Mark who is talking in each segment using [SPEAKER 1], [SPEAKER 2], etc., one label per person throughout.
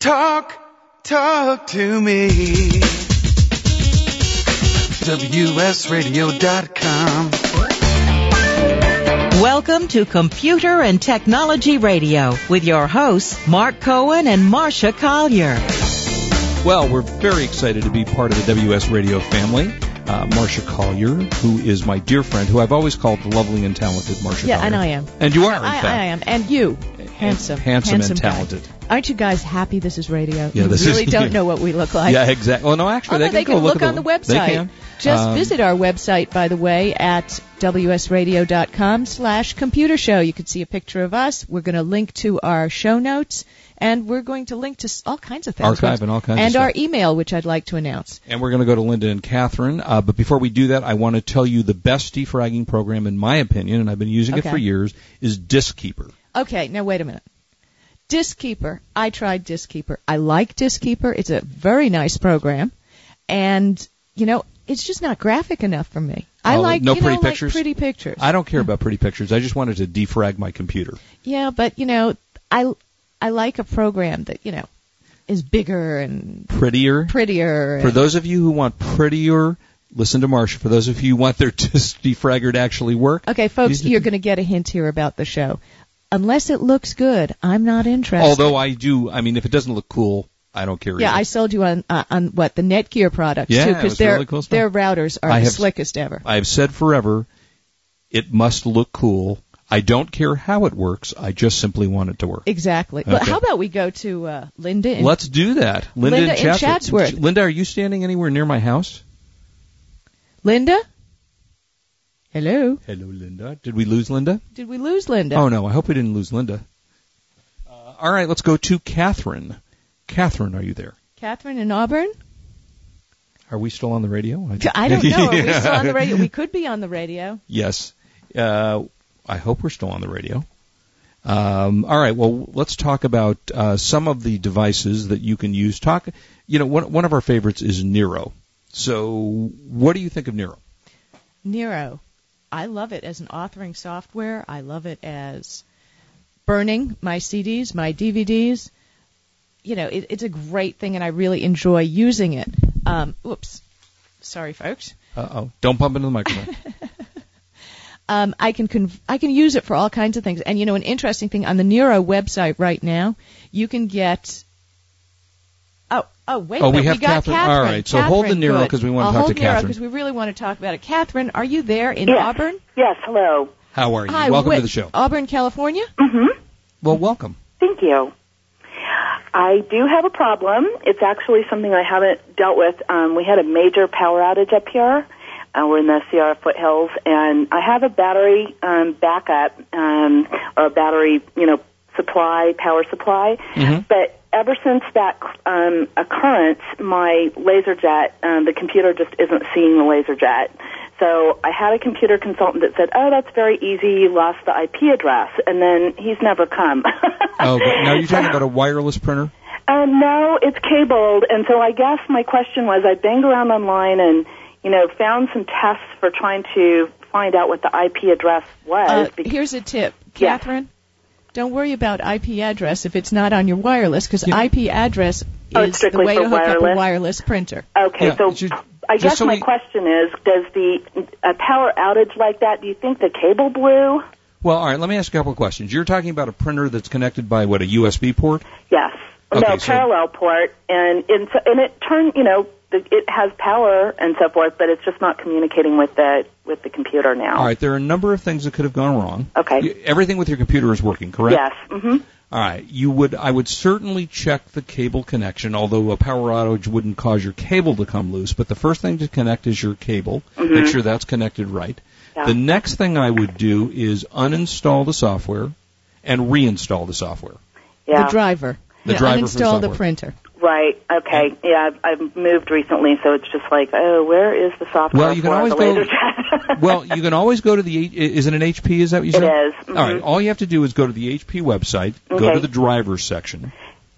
[SPEAKER 1] Talk, talk to me. WSRadio.com.
[SPEAKER 2] Welcome to Computer and Technology Radio with your hosts, Mark Cohen and Marcia Collier.
[SPEAKER 3] Well, we're very excited to be part of the WS Radio family. Uh, Marsha Collier, who is my dear friend, who I've always called the lovely and talented Marsha
[SPEAKER 4] Yeah,
[SPEAKER 3] Collier.
[SPEAKER 4] and I am.
[SPEAKER 3] And you are, in
[SPEAKER 4] I,
[SPEAKER 3] fact.
[SPEAKER 4] I am. And you. Handsome.
[SPEAKER 3] handsome and
[SPEAKER 4] guy.
[SPEAKER 3] talented.
[SPEAKER 4] Aren't you guys happy this is radio?
[SPEAKER 3] Yeah,
[SPEAKER 4] you
[SPEAKER 3] this is-
[SPEAKER 4] really don't know what we look like.
[SPEAKER 3] Yeah, exactly. Well, no, actually,
[SPEAKER 4] Although
[SPEAKER 3] they can
[SPEAKER 4] they
[SPEAKER 3] go
[SPEAKER 4] can look,
[SPEAKER 3] at
[SPEAKER 4] on the website.
[SPEAKER 3] They can.
[SPEAKER 4] Just
[SPEAKER 3] Um,
[SPEAKER 4] visit our website, by the way, at wsradio.com slash computer show. You can see a picture of us. We're going to link to our show notes, and we're going to link to s- all kinds of things.
[SPEAKER 3] Archive and all kinds of
[SPEAKER 4] And
[SPEAKER 3] stuff.
[SPEAKER 4] our email, which I'd like to announce.
[SPEAKER 3] And we're going to go to Linda and Catherine. Uh, but before we do that, I want to tell you the best defragging program, in my opinion, and I've been using it
[SPEAKER 4] Okay.
[SPEAKER 3] for years, is Diskeeper.
[SPEAKER 4] Okay, now wait a minute. Diskeeper. I tried Diskeeper. I like Diskeeper. It's a very nice program, and you know, it's just not graphic enough for me. I
[SPEAKER 3] Oh,
[SPEAKER 4] like
[SPEAKER 3] no
[SPEAKER 4] you know,
[SPEAKER 3] pretty
[SPEAKER 4] like
[SPEAKER 3] pictures?
[SPEAKER 4] pretty pictures.
[SPEAKER 3] I don't care about pretty pictures. I just wanted to defrag my computer.
[SPEAKER 4] yeah, but you know, I I like a program that you know is bigger and
[SPEAKER 3] Prettier.
[SPEAKER 4] prettier.
[SPEAKER 3] For
[SPEAKER 4] and-
[SPEAKER 3] those of you who want prettier, listen to Marsha. For those of you who want their disc defragger to actually work,
[SPEAKER 4] okay, folks,
[SPEAKER 3] These-
[SPEAKER 4] you're going to get a hint here about the show. Unless it looks good, I'm not interested.
[SPEAKER 3] Although I do, I mean, if it doesn't look cool, I don't care.
[SPEAKER 4] yeah, I
[SPEAKER 3] either.
[SPEAKER 4] sold you on uh, on what the Netgear products
[SPEAKER 3] Yeah,
[SPEAKER 4] too
[SPEAKER 3] it was
[SPEAKER 4] because their
[SPEAKER 3] really cool stuff.
[SPEAKER 4] their routers are
[SPEAKER 3] I
[SPEAKER 4] the
[SPEAKER 3] have-
[SPEAKER 4] slickest ever.
[SPEAKER 3] I've said forever, it must look cool. I don't care how it works. I just simply want it to work.
[SPEAKER 4] Exactly. But
[SPEAKER 3] Okay.
[SPEAKER 4] how about we go to uh, Linda? in-
[SPEAKER 3] Let's do that, Linda,
[SPEAKER 4] Linda in Chatsworth.
[SPEAKER 3] Linda, are you standing anywhere near my house?
[SPEAKER 4] Linda? Hello?
[SPEAKER 3] Hello, Linda. Did we lose Linda?
[SPEAKER 4] Did we lose Linda?
[SPEAKER 3] Oh no, I hope we didn't lose Linda. Uh, all right, let's go to Catherine. Catherine, are you there?
[SPEAKER 4] Catherine in Auburn?
[SPEAKER 3] Are we still on the radio?
[SPEAKER 4] I don't know. Are we still on the radio? We could be on the radio.
[SPEAKER 3] Yes. Uh, I hope we're still on the radio. Um, all right. Well, let's talk about uh, some of the devices that you can use. Talk. You know, one one of our favorites is Nero. So, what do you think of Nero?
[SPEAKER 4] Nero. I love it as an authoring software. I love it as burning my CDs, my DVDs. You know, it, it's a great thing, and I really enjoy using it. Um, oops. Sorry, folks.
[SPEAKER 3] Uh oh! Don't bump into the microphone.
[SPEAKER 4] um, I can con- I can use it for all kinds of things. And you know, an interesting thing on the Nero website right now, you can get. Oh, oh, wait. a
[SPEAKER 3] Oh, we
[SPEAKER 4] minute.
[SPEAKER 3] have
[SPEAKER 4] got
[SPEAKER 3] Catherine.
[SPEAKER 4] Catherine.
[SPEAKER 3] All right, so hold the
[SPEAKER 4] Catherine,
[SPEAKER 3] Nero
[SPEAKER 4] good.
[SPEAKER 3] 'cause we wanna
[SPEAKER 4] I'll
[SPEAKER 3] talk
[SPEAKER 4] hold
[SPEAKER 3] to
[SPEAKER 4] Nero
[SPEAKER 3] Catherine.
[SPEAKER 4] because we really want to talk about it. Catherine, are you there in
[SPEAKER 5] Yes.
[SPEAKER 4] Auburn?
[SPEAKER 5] Yes, hello.
[SPEAKER 3] How are you?
[SPEAKER 4] Hi,
[SPEAKER 3] welcome
[SPEAKER 4] wait-
[SPEAKER 3] to the show.
[SPEAKER 4] Auburn, California.
[SPEAKER 5] Mm-hmm.
[SPEAKER 3] Well, welcome.
[SPEAKER 5] Thank you. I do have a problem. It's actually something I haven't dealt with. Um, we had a major power outage up here. Uh, we're in the Sierra foothills, and I have a battery um, backup um, or a battery, you know, supply, power supply. But ever since that um, occurrence, my laser jet, um, the computer just isn't seeing the laser jet. So I had a computer consultant that said, "Oh, that's very easy. You lost the IP address," and then he's never come.
[SPEAKER 3] Oh, but now you're talking about a wireless printer.
[SPEAKER 5] Um, no, it's cabled, and so I guess my question was, I banged around online and you know found some tests for trying to find out what the IP address was.
[SPEAKER 4] Uh,
[SPEAKER 5] because-
[SPEAKER 4] here's a tip,
[SPEAKER 5] Yes.
[SPEAKER 4] Catherine. Don't worry about IP address if it's not on your wireless, because IP address
[SPEAKER 5] Oh, it's
[SPEAKER 4] is the
[SPEAKER 5] strictly
[SPEAKER 4] way
[SPEAKER 5] for
[SPEAKER 4] to hook up a
[SPEAKER 5] wireless?
[SPEAKER 4] wireless printer.
[SPEAKER 5] okay,
[SPEAKER 3] yeah,
[SPEAKER 5] so
[SPEAKER 3] ju-
[SPEAKER 5] I
[SPEAKER 3] just
[SPEAKER 5] guess
[SPEAKER 3] so
[SPEAKER 5] my
[SPEAKER 3] we-
[SPEAKER 5] question is, does the a power outage like that? Do you think the cable blew?
[SPEAKER 3] Well, all right. Let me ask you a couple of questions. You're talking about a printer that's connected by what a USB port.
[SPEAKER 5] Yes.
[SPEAKER 3] Okay,
[SPEAKER 5] no,
[SPEAKER 3] so-
[SPEAKER 5] parallel port, and and, so, and it turned, you know, the, it has power and so forth, but it's just not communicating with the with the computer now.
[SPEAKER 3] All right. There are a number of things that could have gone wrong.
[SPEAKER 5] Okay.
[SPEAKER 3] You- everything with your computer is working, correct?
[SPEAKER 5] Yes. hmm
[SPEAKER 3] All right, you would I would certainly check the cable connection, although a power outage wouldn't cause your cable to come loose, but the first thing to connect is your cable. Make sure that's connected right.
[SPEAKER 5] Mm-hmm. Yeah.
[SPEAKER 3] The next thing I would do is uninstall the software and reinstall the software.
[SPEAKER 5] Yeah.
[SPEAKER 4] The driver.
[SPEAKER 3] The
[SPEAKER 4] Yeah,
[SPEAKER 3] driver for
[SPEAKER 4] uninstall the
[SPEAKER 3] software.
[SPEAKER 4] printer.
[SPEAKER 5] Mm-hmm. Right. Okay. Yeah, I've, I've moved recently, so it's just like, oh, where is the software
[SPEAKER 3] Well, you can
[SPEAKER 5] for
[SPEAKER 3] always
[SPEAKER 5] the
[SPEAKER 3] go-
[SPEAKER 5] laser jet?
[SPEAKER 3] well, you can always go to the H- is it an HP is that what you
[SPEAKER 5] It
[SPEAKER 3] said?
[SPEAKER 5] is, mm-hmm.
[SPEAKER 3] All right, all you have to do is go to the HP website, go
[SPEAKER 5] Okay.
[SPEAKER 3] to the driver section.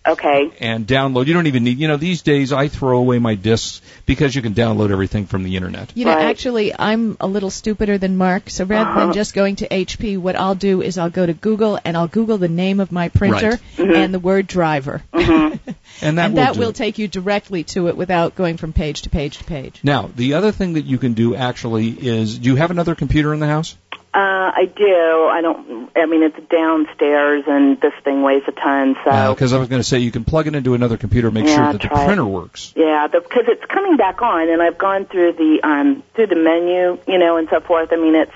[SPEAKER 5] Okay.
[SPEAKER 3] and download. You don't even need, you know, these days I throw away my discs because you can download everything from the internet.
[SPEAKER 4] You know,
[SPEAKER 5] Right.
[SPEAKER 4] actually, I'm a little stupider than Mark. So rather than just going to HP, what I'll do is I'll go to Google and I'll Google the name of my printer
[SPEAKER 3] Right.
[SPEAKER 4] and the word driver,
[SPEAKER 3] And that
[SPEAKER 4] and
[SPEAKER 3] will
[SPEAKER 4] that
[SPEAKER 3] do
[SPEAKER 4] will
[SPEAKER 3] it.
[SPEAKER 4] take you directly to it without going from page to page to page.
[SPEAKER 3] Now, the other thing that you can do actually is do you have another computer in the house?
[SPEAKER 5] Uh, I do. I don't. I mean, it's downstairs, and this thing weighs a ton. So
[SPEAKER 3] Because Uh, I was going to say you can plug it into another computer, make
[SPEAKER 5] Yeah,
[SPEAKER 3] sure that the
[SPEAKER 5] try it.
[SPEAKER 3] printer works.
[SPEAKER 5] yeah, because it's coming back on, and I've gone through the um through the menu, you know, and so forth. I mean, it's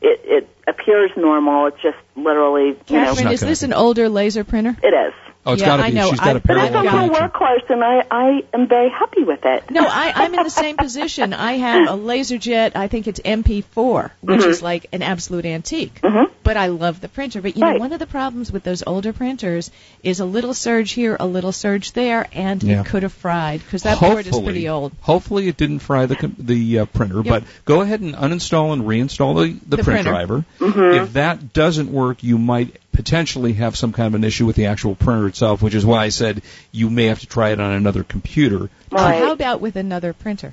[SPEAKER 5] it it appears normal. It's just literally, you know,
[SPEAKER 4] Catherine,
[SPEAKER 3] not
[SPEAKER 4] is
[SPEAKER 3] gonna
[SPEAKER 4] this
[SPEAKER 3] be.
[SPEAKER 4] an older laser printer?
[SPEAKER 5] it is.
[SPEAKER 3] Oh, it's
[SPEAKER 4] Yeah,
[SPEAKER 3] got to
[SPEAKER 4] I
[SPEAKER 3] be.
[SPEAKER 4] know.
[SPEAKER 3] She's got
[SPEAKER 4] I-
[SPEAKER 3] a
[SPEAKER 4] but
[SPEAKER 5] But
[SPEAKER 4] Oh,
[SPEAKER 5] it's
[SPEAKER 3] parallel
[SPEAKER 5] on my
[SPEAKER 4] gotcha.
[SPEAKER 3] connection.
[SPEAKER 5] workhorse, and I I am very happy with it.
[SPEAKER 4] No, I, I'm in the same position. I have a LaserJet. I think it's MP4, which
[SPEAKER 5] Mm-hmm.
[SPEAKER 4] is like an absolute antique. But I love the printer. But you know,
[SPEAKER 5] Right.
[SPEAKER 4] one of the problems with those older printers is a little surge here, a little surge there, and
[SPEAKER 3] Yeah.
[SPEAKER 4] it could have fried because that board is pretty old.
[SPEAKER 3] Hopefully, it didn't fry the com- the uh, printer. But go ahead and uninstall and reinstall the, the,
[SPEAKER 4] The
[SPEAKER 3] print
[SPEAKER 4] printer.
[SPEAKER 3] driver.
[SPEAKER 5] Mm-hmm.
[SPEAKER 3] If that doesn't work, you might potentially have some kind of an issue with the actual printer itself, which is why I said you may have to try it on another computer
[SPEAKER 5] Right.
[SPEAKER 4] How about with another printer?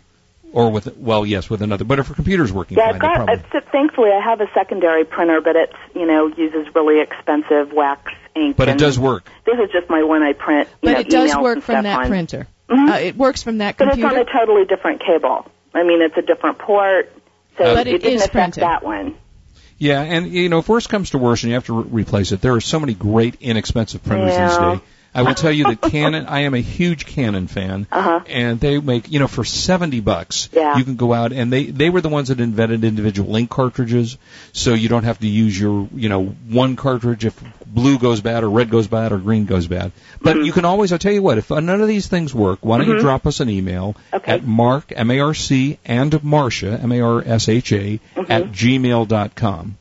[SPEAKER 3] or with well, yes, with another. But if her computer's working
[SPEAKER 5] Yeah,
[SPEAKER 3] fine,
[SPEAKER 5] I've
[SPEAKER 3] no
[SPEAKER 5] got.
[SPEAKER 3] problem.
[SPEAKER 5] It's, thankfully, I have a secondary printer, but it's you know uses really expensive wax ink.
[SPEAKER 3] But it
[SPEAKER 5] and
[SPEAKER 3] does work.
[SPEAKER 5] This is just my one I print. You
[SPEAKER 4] But
[SPEAKER 5] know,
[SPEAKER 4] it does
[SPEAKER 5] emails
[SPEAKER 4] work
[SPEAKER 5] and
[SPEAKER 4] from
[SPEAKER 5] stuff
[SPEAKER 4] that
[SPEAKER 5] on. Mm-hmm.
[SPEAKER 4] printer. Uh, it works from that
[SPEAKER 5] But it's on
[SPEAKER 4] computer.
[SPEAKER 5] a totally different cable. I mean, it's a different port,
[SPEAKER 3] Uh,
[SPEAKER 5] so
[SPEAKER 4] But it
[SPEAKER 5] didn't
[SPEAKER 4] is
[SPEAKER 5] affect
[SPEAKER 4] printed.
[SPEAKER 5] that one.
[SPEAKER 3] Yeah, and you know, if worse comes to worse, and you have to re- replace it, there are so many great inexpensive printers
[SPEAKER 5] Yeah.
[SPEAKER 3] these days. I will tell you that Canon. I am a huge Canon fan, uh-huh. and they make you know for seventy bucks
[SPEAKER 5] Yeah.
[SPEAKER 3] you can go out and they they were the ones that invented individual ink cartridges, so you don't have to use your you know one cartridge if blue goes bad or red goes bad or green goes bad. But
[SPEAKER 5] Mm-hmm.
[SPEAKER 3] you can always. I will tell you what, if none of these things work, why don't you drop us an email
[SPEAKER 5] Okay.
[SPEAKER 3] at mark m a r c and marcia m a r s h a at gmail dot com.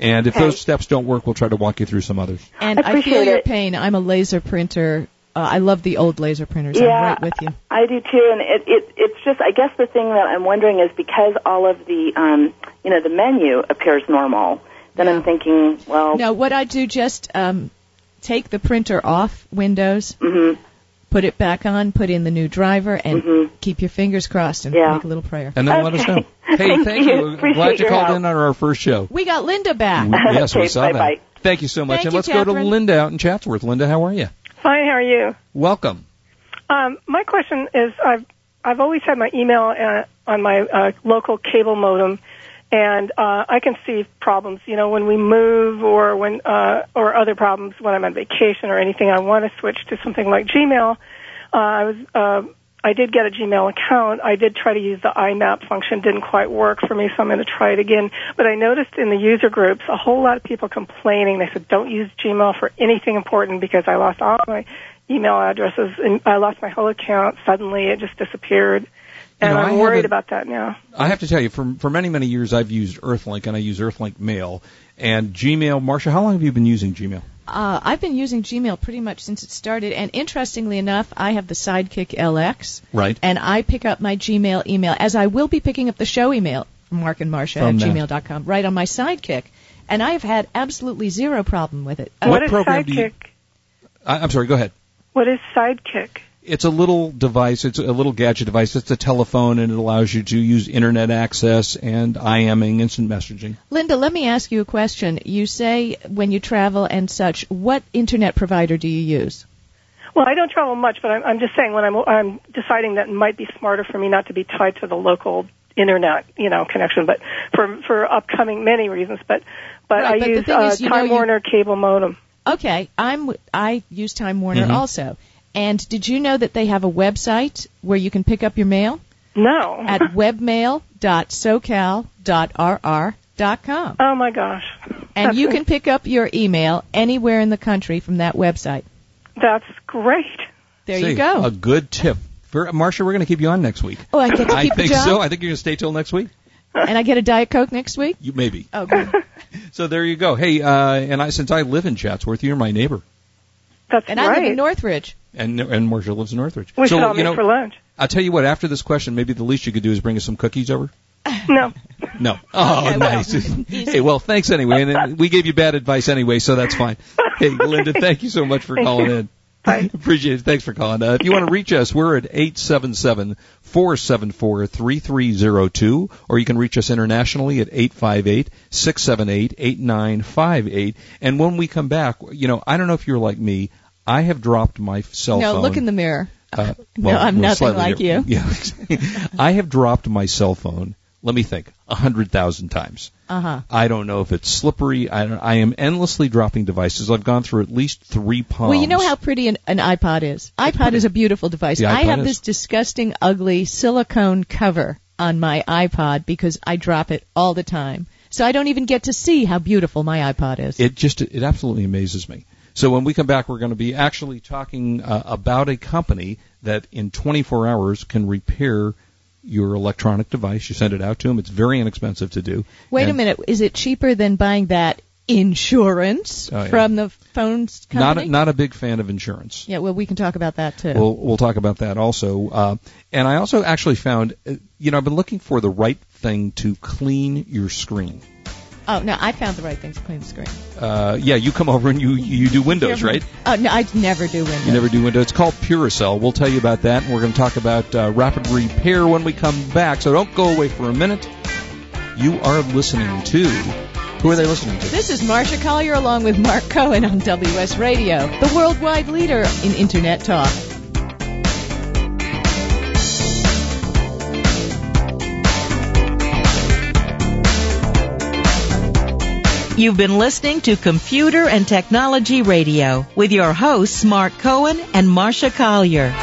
[SPEAKER 3] And if
[SPEAKER 5] Mm-hmm. Okay.
[SPEAKER 3] those steps don't work, we'll try to walk you through some others.
[SPEAKER 4] and I, feel
[SPEAKER 5] appreciate
[SPEAKER 4] your
[SPEAKER 5] it.
[SPEAKER 4] pain. I'm a laser printer. Uh, I love the old laser printers. I'm right with you.
[SPEAKER 5] I do too, and it, it it's just I guess the thing that I'm wondering is because all of the um you know the menu appears normal, then I'm thinking, well,
[SPEAKER 4] No, what I do just um, take the printer off Windows,
[SPEAKER 5] Mm-hmm.
[SPEAKER 4] put it back on, put in the new driver, and keep your fingers crossed and
[SPEAKER 5] Yeah.
[SPEAKER 4] make a little prayer.
[SPEAKER 3] And then let us
[SPEAKER 5] Okay.
[SPEAKER 3] know. Hey,
[SPEAKER 5] Thank
[SPEAKER 3] thank
[SPEAKER 5] you.
[SPEAKER 3] you.
[SPEAKER 5] Appreciate
[SPEAKER 3] Glad you
[SPEAKER 5] your
[SPEAKER 3] called
[SPEAKER 5] help.
[SPEAKER 3] in on our first show.
[SPEAKER 4] We got Linda back.
[SPEAKER 3] yes, we
[SPEAKER 5] Okay,
[SPEAKER 3] saw
[SPEAKER 5] bye-bye.
[SPEAKER 3] that. Thank you so much.
[SPEAKER 4] Thank
[SPEAKER 3] and
[SPEAKER 4] you,
[SPEAKER 3] let's go to
[SPEAKER 4] Catherine.
[SPEAKER 3] Linda out in Chatsworth. Linda, how are you?
[SPEAKER 6] Fine, how are you?
[SPEAKER 3] Welcome.
[SPEAKER 6] Um, my question is, I've I've always had my email uh, on my uh, local cable modem, and uh, I can see problems. You know, when we move or when uh, or other problems when I'm on vacation or anything, I want to switch to something like Gmail. Uh, I was uh, I did get a Gmail account. I did try to use the IMAP function, didn't quite work for me, so I'm going to try it again. But I noticed in the user groups a whole lot of people complaining. They said, "Don't use Gmail for anything important because I lost all my email addresses and I lost my whole account suddenly. It just disappeared." And
[SPEAKER 3] know, I
[SPEAKER 6] I'm
[SPEAKER 3] have
[SPEAKER 6] worried
[SPEAKER 3] a-
[SPEAKER 6] about that now.
[SPEAKER 3] I have to tell you, for, for many, many years, I've used Earthlink, and I use Earthlink Mail. And Gmail, Marcia, how long have you been using Gmail?
[SPEAKER 4] Uh, I've been using Gmail pretty much since it started, and interestingly enough, I have the Sidekick LX,
[SPEAKER 3] Right.
[SPEAKER 4] and I pick up my Gmail email as I will be picking up the show email from Mark and Marcia at
[SPEAKER 3] From that.
[SPEAKER 4] gmail dot com, right on my Sidekick, and I have had absolutely zero problem with it.
[SPEAKER 3] What
[SPEAKER 6] is
[SPEAKER 3] program do you-
[SPEAKER 6] Sidekick?
[SPEAKER 3] I, I'm sorry, go ahead.
[SPEAKER 6] What is Sidekick?
[SPEAKER 3] It's a little device. It's a little gadget device. It's a telephone, and it allows you to use internet access and IMing, instant messaging.
[SPEAKER 4] Linda, let me ask you a question. You say when you travel and such, what internet provider do you use?
[SPEAKER 6] Well, I don't travel much, but I'm, I'm just saying when I'm, I'm deciding that it might be smarter for me not to be tied to the local internet, you know, connection, but for for upcoming many reasons. But but
[SPEAKER 4] Right,
[SPEAKER 6] I
[SPEAKER 4] but the
[SPEAKER 6] use
[SPEAKER 4] thing
[SPEAKER 6] uh,
[SPEAKER 4] is, you know,
[SPEAKER 6] Time
[SPEAKER 4] you-
[SPEAKER 6] Warner cable modem.
[SPEAKER 4] Okay, I'm I use Time Warner
[SPEAKER 3] Mm-hmm.
[SPEAKER 4] also. And did you know that they have a website where you can pick up your mail
[SPEAKER 6] No.
[SPEAKER 4] at webmail.socal.rr.com.
[SPEAKER 6] oh my gosh.
[SPEAKER 4] And you can pick up your email anywhere in the country from that website.
[SPEAKER 6] That's great.
[SPEAKER 4] There
[SPEAKER 3] See,
[SPEAKER 4] you go.
[SPEAKER 3] A good tip. For, Marcia, we're going to keep you on next week.
[SPEAKER 4] oh, I get to
[SPEAKER 3] I
[SPEAKER 4] keep the
[SPEAKER 3] think
[SPEAKER 4] job
[SPEAKER 3] so. I think you're going to stay till next week.
[SPEAKER 4] and I get a Diet Coke next week?
[SPEAKER 3] You maybe.
[SPEAKER 4] Oh, good.
[SPEAKER 3] So there you go. Hey, uh, and I since I live in Chatsworth, you're my neighbor,
[SPEAKER 6] That's
[SPEAKER 4] And
[SPEAKER 6] right.
[SPEAKER 4] I live in Northridge.
[SPEAKER 3] and and Marcia lives in Northridge.
[SPEAKER 6] we
[SPEAKER 3] so
[SPEAKER 6] should all
[SPEAKER 3] you
[SPEAKER 6] meet
[SPEAKER 3] know,
[SPEAKER 6] for lunch.
[SPEAKER 3] I'll tell you what. After this question, maybe the least you could do is bring us some cookies over.
[SPEAKER 6] No.
[SPEAKER 3] No. Oh,
[SPEAKER 4] Okay, well,
[SPEAKER 3] nice. hey, well, thanks anyway, and uh, we gave you bad advice anyway, so that's fine. Hey, Linda, thank you so much for calling in.
[SPEAKER 6] Bye.
[SPEAKER 3] Appreciate it. Thanks for calling. Uh, if you want to reach us, we're at 877-474-3302, or you can reach us internationally at 858-678-8958. And when we come back, you know, I don't know if you're like me. I have dropped my cell
[SPEAKER 4] no,
[SPEAKER 3] phone.
[SPEAKER 4] look in the mirror.
[SPEAKER 3] Uh,
[SPEAKER 4] No,
[SPEAKER 3] well,
[SPEAKER 4] I'm
[SPEAKER 3] we're
[SPEAKER 4] nothing
[SPEAKER 3] slightly
[SPEAKER 4] like
[SPEAKER 3] different. Yeah. I have dropped my cell phone. Let me think. A hundred thousand times.
[SPEAKER 4] Uh huh.
[SPEAKER 3] I don't know if it's slippery. I don't, I am endlessly dropping devices. I've gone through at least three palms.
[SPEAKER 4] Well, you know how pretty an, an iPod is. iPod is a beautiful device.
[SPEAKER 3] The
[SPEAKER 4] I
[SPEAKER 3] iPod
[SPEAKER 4] have
[SPEAKER 3] is.
[SPEAKER 4] this disgusting, ugly silicone cover on my iPod because I drop it all the time. So I don't even get to see how beautiful my iPod is.
[SPEAKER 3] it just it absolutely amazes me. So when we come back, we're going to be actually talking uh, about a company that in 24 hours can repair your electronic device. You send it out to them. It's very inexpensive to do.
[SPEAKER 4] Wait a
[SPEAKER 3] And
[SPEAKER 4] minute. Is it cheaper than buying that insurance
[SPEAKER 3] Oh, yeah.
[SPEAKER 4] from the phone
[SPEAKER 3] Not
[SPEAKER 4] company?
[SPEAKER 3] a, not a big fan of insurance.
[SPEAKER 4] yeah, well, we can talk about that too.
[SPEAKER 3] We'll we'll talk about that also. Uh, and I also actually found, uh, you know, I've been looking for the right thing to clean your screen.
[SPEAKER 4] oh, no, I found the right thing to clean the screen.
[SPEAKER 3] Uh, yeah, you come over and you you do Windows, right?
[SPEAKER 4] Oh, no, I never do Windows.
[SPEAKER 3] You never do window. It's called Puricell. We'll tell you about that, and we're going to talk about uh, rapid repair when we come back. So don't go away for a minute. You are listening to. Who are they listening to?
[SPEAKER 4] This is Marcia Collier along with Mark Cohen on WS Radio, the worldwide leader in Internet talk.
[SPEAKER 2] You've been listening to Computer and Technology Radio with your hosts Mark Cohen and Marcia Collier.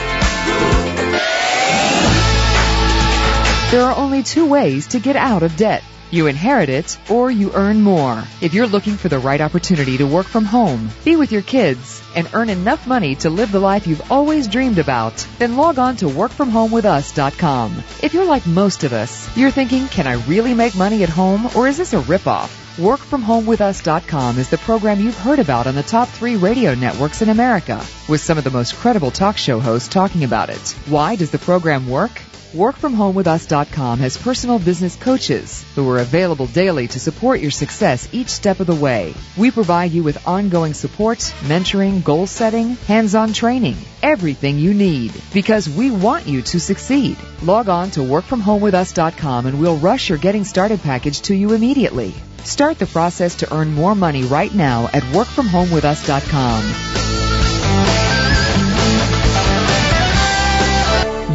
[SPEAKER 7] There are only two ways to get out of debt. You inherit it or you earn more. If you're looking for the right opportunity to work from home, be with your kids, and earn enough money to live the life you've always dreamed about, then log on to workfromhomewithus.com. If you're like most of us, you're thinking, can I really make money at home or is this a ripoff? WorkFromHomeWithUs.com is the program you've heard about on the top three radio networks in America, with some of the most credible talk show hosts talking about it. Why does the program work? WorkFromHomeWithUs.com has personal business coaches who are available daily to support your success each step of the way. We provide you with ongoing support, mentoring, goal setting, hands-on training, everything you need because we want you to succeed. Log on to WorkFromHomeWithUs.com and we'll rush your getting started package to you immediately. Start the process to earn more money right now at WorkFromHomeWithUs.com.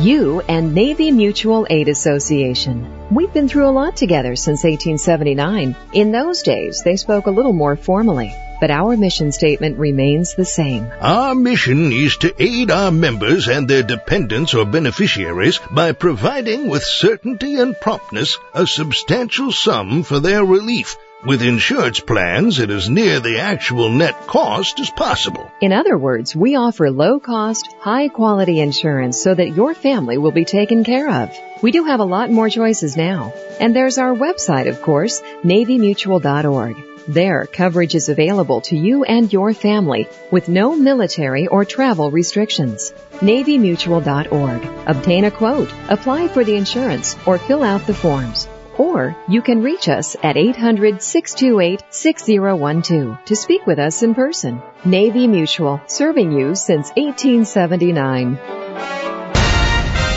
[SPEAKER 8] You and Navy Mutual Aid Association. We've been through a lot together since 1879. In those days, they spoke a little more formally, but our mission statement remains the same.
[SPEAKER 9] Our mission is to aid our members and their dependents or beneficiaries by providing with certainty and promptness a substantial sum for their relief with insurance plans that is near the actual net cost as possible.
[SPEAKER 8] In other words, we offer low cost, high quality insurance so that your family will be taken care of. We do have a lot more choices now. And there's our website, of course, navymutual.org. There, coverage is available to you and your family with no military or travel restrictions. NavyMutual.org. Obtain a quote, apply for the insurance, or fill out the forms. Or you can reach us at 800 628 6012 to speak with us in person. Navy Mutual, serving you since 1879.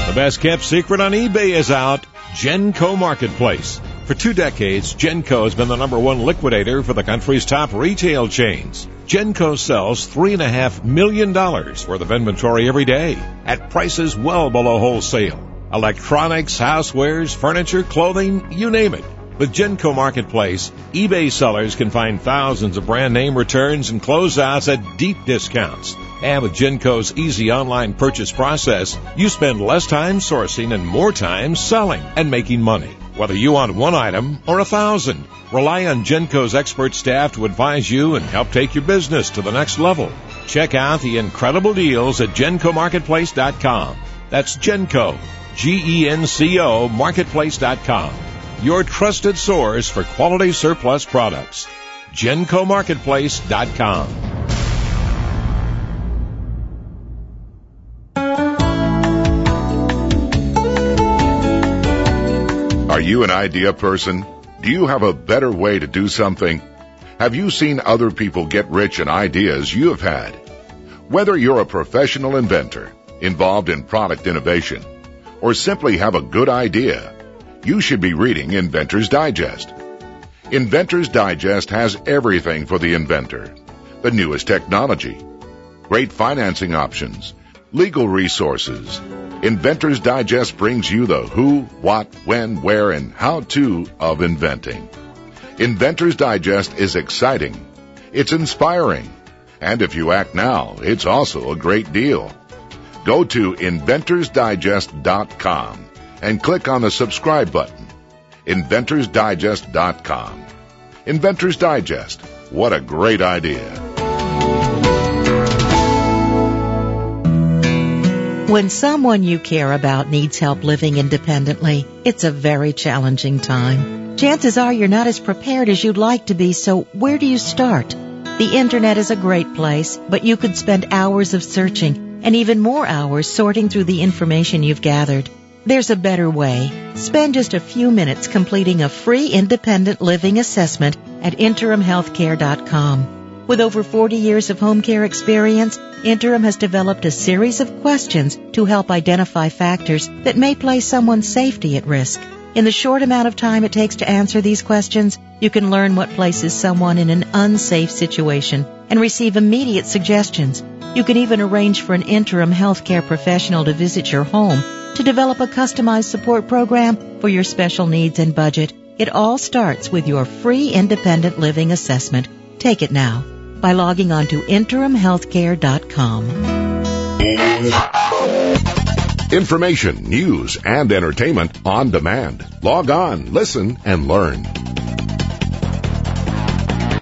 [SPEAKER 10] The best kept secret on eBay is out Genco Marketplace. For two decades, Genco has been the number one liquidator for the country's top retail chains. Genco sells $3.5 million worth of inventory every day at prices well below wholesale. Electronics, housewares, furniture, clothing, you name it. With Genco Marketplace, eBay sellers can find thousands of brand name returns and closeouts at deep discounts. And with Genco's easy online purchase process, you spend less time sourcing and more time selling and making money. Whether you want one item or a thousand, rely on Genco's expert staff to advise you and help take your business to the next level. Check out the incredible deals at GencoMarketplace.com. That's Genco, E G-E-N-C-O, Marketplace.com your trusted source for quality surplus products. GencoMarketplace.com.
[SPEAKER 11] Are you an idea person? Do you have a better way to do something? Have you seen other people get rich in ideas you have had? Whether you're a professional inventor involved in product innovation or simply have a good idea, you should be reading Inventor's Digest. Inventor's Digest has everything for the inventor the newest technology, great financing options, legal resources. Inventor's Digest brings you the who, what, when, where, and how to of inventing. Inventor's Digest is exciting. It's inspiring. And if you act now, it's also a great deal. Go to inventorsdigest.com and click on the subscribe button. inventorsdigest.com. Inventors Digest. What a great idea.
[SPEAKER 2] When someone you care about needs help living independently, it's a very challenging time. Chances are you're not as prepared as you'd like to be, so where do you start? The internet is a great place, but you could spend hours of searching and even more hours sorting through the information you've gathered. There's a better way. Spend just a few minutes completing a free independent living assessment at interimhealthcare.com. With over 40 years of home care experience, Interim has developed a series of questions to help identify factors that may place someone's safety at risk. In the short amount of time it takes to answer these questions, you can learn what places someone in an unsafe situation and receive immediate suggestions. You can even arrange for an interim healthcare professional to visit your home to develop a customized support program for your special needs and budget. It all starts with your free independent living assessment. Take it now by logging on to interimhealthcare.com.
[SPEAKER 11] Information, news, and entertainment on demand. Log on, listen, and learn.